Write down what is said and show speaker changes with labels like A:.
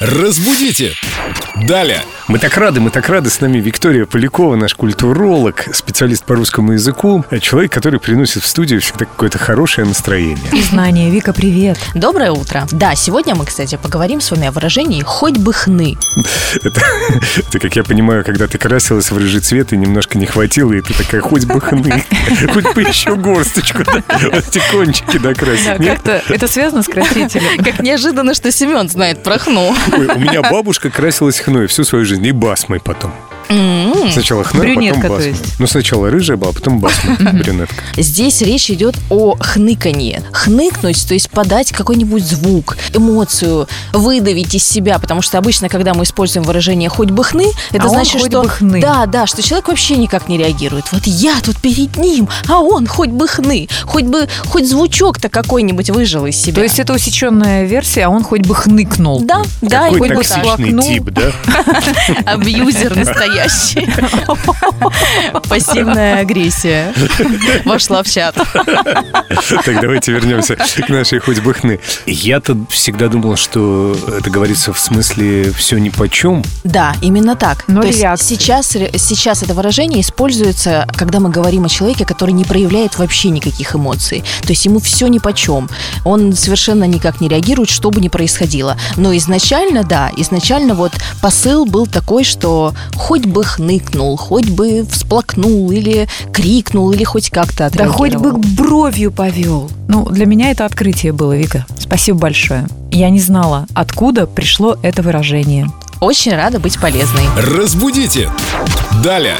A: Разбудите! Далее!
B: Мы так рады, мы так рады. С нами Виктория Полякова, наш культуролог, специалист по русскому языку, э, человек, который приносит в студию всегда какое-то хорошее настроение.
C: И знания. Вика, привет.
D: Доброе утро. Да, сегодня мы, кстати, поговорим с вами о выражении «хоть бы хны».
B: Это, это, как я понимаю, когда ты красилась в рыжий цвет и немножко не хватило, и ты такая, хоть бы хны, хоть бы еще горсточку, да, вот эти кончики докрасить. Нет?
C: А, Как-то это связано с красителем.
D: Как неожиданно, что Семен знает про хну.
B: Ой, у меня бабушка красилась хной всю свою жизнь, и басмой потом.
D: М-м.
B: Сначала хна,
C: Хм, Брюнетка,
B: потом
C: то
B: басма.
C: есть.
B: Ну, сначала рыжая была, потом басма, брюнетка.
D: Здесь речь идет о хныканье. Хныкнуть, то есть подать какой-нибудь звук, эмоцию, выдавить из себя, потому что обычно, когда мы используем выражение «хоть бы хны», это
C: А он
D: значит,
C: хоть
D: что...
C: бы хны.
D: Да, да, что человек вообще никак не реагирует. Вот я тут перед ним, а он хоть бы хны, хоть бы, хоть звучок-то какой-нибудь выжил из себя.
C: То есть это усеченная версия, а он хоть бы хныкнул.
D: Да, да, и
B: Какой
D: хоть бы так.
B: токсичный
C: так. ну,
B: тип, да?
D: Абьюзер настоящий. Пассивная агрессия. Вошла в чат.
B: Так, давайте вернемся к нашей хоть бы хны. Я-то всегда думал, что это говорится в смысле все ни по чем.
D: Да, именно так.
C: Но
D: То есть
C: реакции.
D: сейчас, ре- сейчас это выражение используется, когда мы говорим о человеке, который не проявляет вообще никаких эмоций. То есть ему все ни по чем. Он совершенно никак не реагирует, что бы ни происходило. Но изначально, да, изначально вот посыл был такой, что хоть бы хныкнул, хоть бы всплакнул, или крикнул, или хоть как-то
C: Да хоть бы
D: отреагировал.
C: бровью повел. Ну, для меня это открытие было, Вика. Спасибо большое. Я не знала, откуда пришло это выражение.
D: Очень рада быть полезной.
A: Разбудите! Далее!